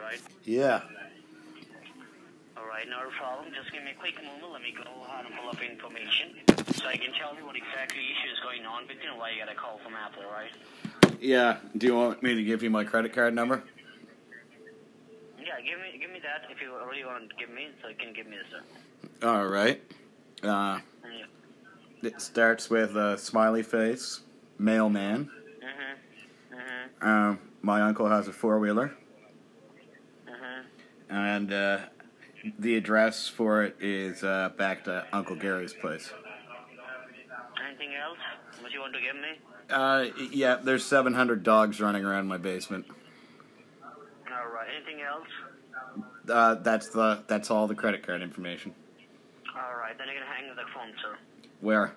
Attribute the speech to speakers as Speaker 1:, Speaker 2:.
Speaker 1: right?
Speaker 2: Yeah.
Speaker 1: All right, not a problem. Just give me a quick moment. Let me go ahead and pull up information so I can tell you what exactly issue is going on with you and why you got a call from Apple, right?
Speaker 2: Yeah. Do you want me to give you my credit card number?
Speaker 1: Yeah, give me give me that if you really want to give me, so you can give me this. Sir.
Speaker 2: All right. Uh,
Speaker 1: Yeah.
Speaker 2: it starts with a smiley face, mailman.
Speaker 1: Mhm. Mhm.
Speaker 2: Um, my uncle has a four wheeler,
Speaker 1: Mhm.
Speaker 2: and uh, the address for it is uh, back to Uncle Gary's place.
Speaker 1: Anything else? What you want to give me?
Speaker 2: Uh, yeah, there's 700 dogs running around my basement.
Speaker 1: All right. Anything else?
Speaker 2: Uh, that's the that's all the credit card information.
Speaker 1: All right. Then you can hang up the phone, sir.
Speaker 2: Where?